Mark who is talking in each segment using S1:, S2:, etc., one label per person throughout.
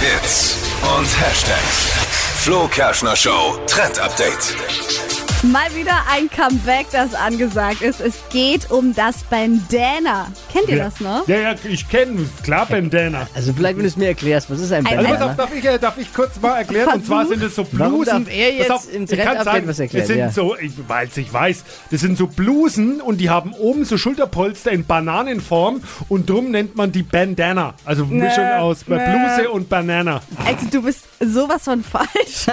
S1: Hits und Hashtags. Flo Kerschner Show Trend Update.
S2: Mal wieder ein Comeback, das angesagt ist. Es geht um das Bandana. Kennt ihr das noch?
S3: Ja, ja, ich kenne klar Bandana.
S4: Also vielleicht, wenn du es mir erklärst, was ist ein
S2: Also
S3: Also pass auf,
S4: Bandana?
S3: darf ich, äh, darf ich kurz mal erklären? Und zwar
S2: Versuch.
S3: sind es so
S4: Warum
S3: Blusen.
S4: darf er jetzt
S3: Pass auf,
S4: im
S3: ich
S4: Trend
S3: kann's
S4: Update
S3: sagen,
S4: was
S3: Das
S4: erklären,
S3: sind
S4: ja.
S3: so, ich- weil ich weiß, das sind so Blusen und die haben oben so Schulterpolster in Bananenform und drum nennt man die Bandana. Also Mischung aus
S2: nee.
S3: Bluse und Banana.
S2: Also, du bist sowas von falsch. so,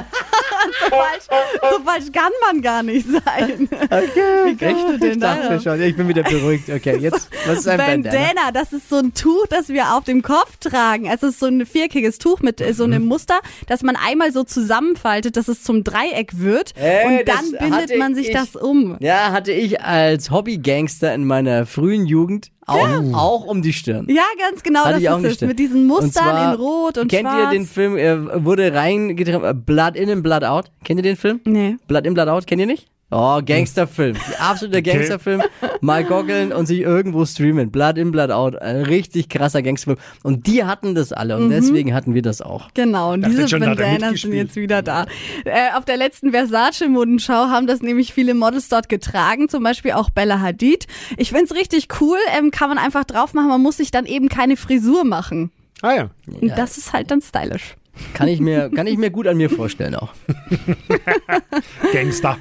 S2: falsch so falsch kann man gar nicht sein.
S4: Okay,
S2: kommt
S4: ich
S2: Bandana?
S4: dachte schon. Ja, ich bin wieder beruhigt. Okay, jetzt, was ist ein Bandana?
S2: Bandana, das ist so ein Tuch, das wir auf dem Kopf tragen. Also es ist so ein vierkeckiges Tuch mit äh, so
S4: Mhm.
S2: einem Muster, das man einmal so zusammenfaltet, dass es zum Dreieck wird.
S4: Äh,
S2: und
S4: das
S2: dann
S4: hatte
S2: bindet man sich
S4: ich-
S2: das um.
S4: Ja, hatte ich als Hobbygangster in meiner frühen Jugend auch, auch um die Stirn.
S2: Ja, ganz genau,
S4: Hatte
S2: das
S4: ich auch
S2: ist es.
S4: gestellt.
S2: Mit diesen
S4: Und
S2: Mustern
S4: zwar,
S2: in Rot und
S4: Kennt
S2: Schwarz.
S4: ihr den Film, äh, wurde reingetrieben, äh, Blood in and Blood out? Kennt ihr den Film?
S2: Nee.
S4: Blood in, Blood out, kennt ihr nicht? Oh, Gangsterfilm. Absoluter Gangsterfilm. Mal goggeln und sich irgendwo streamen. Blood in, Blood out. Ein richtig krasser Gangsterfilm. Und die hatten das alle
S2: Mhm.
S4: und deswegen hatten wir das auch.
S2: Genau, und
S3: Dachte
S2: diese
S3: schon, da hat er
S2: Bandanas sind
S3: mitgespielt.
S2: jetzt wieder da. Äh, auf der letzten Versace-Modenschau haben das nämlich viele Models dort getragen, zum Beispiel auch Bella Hadid. Ich find's richtig cool, ähm, kann man einfach drauf machen, man muss sich dann eben keine Frisur machen.
S3: Ah ja.
S2: Und das ist halt dann stylisch.
S4: Kann ich mir, kann ich mir gut an mir vorstellen auch.
S3: Gangster.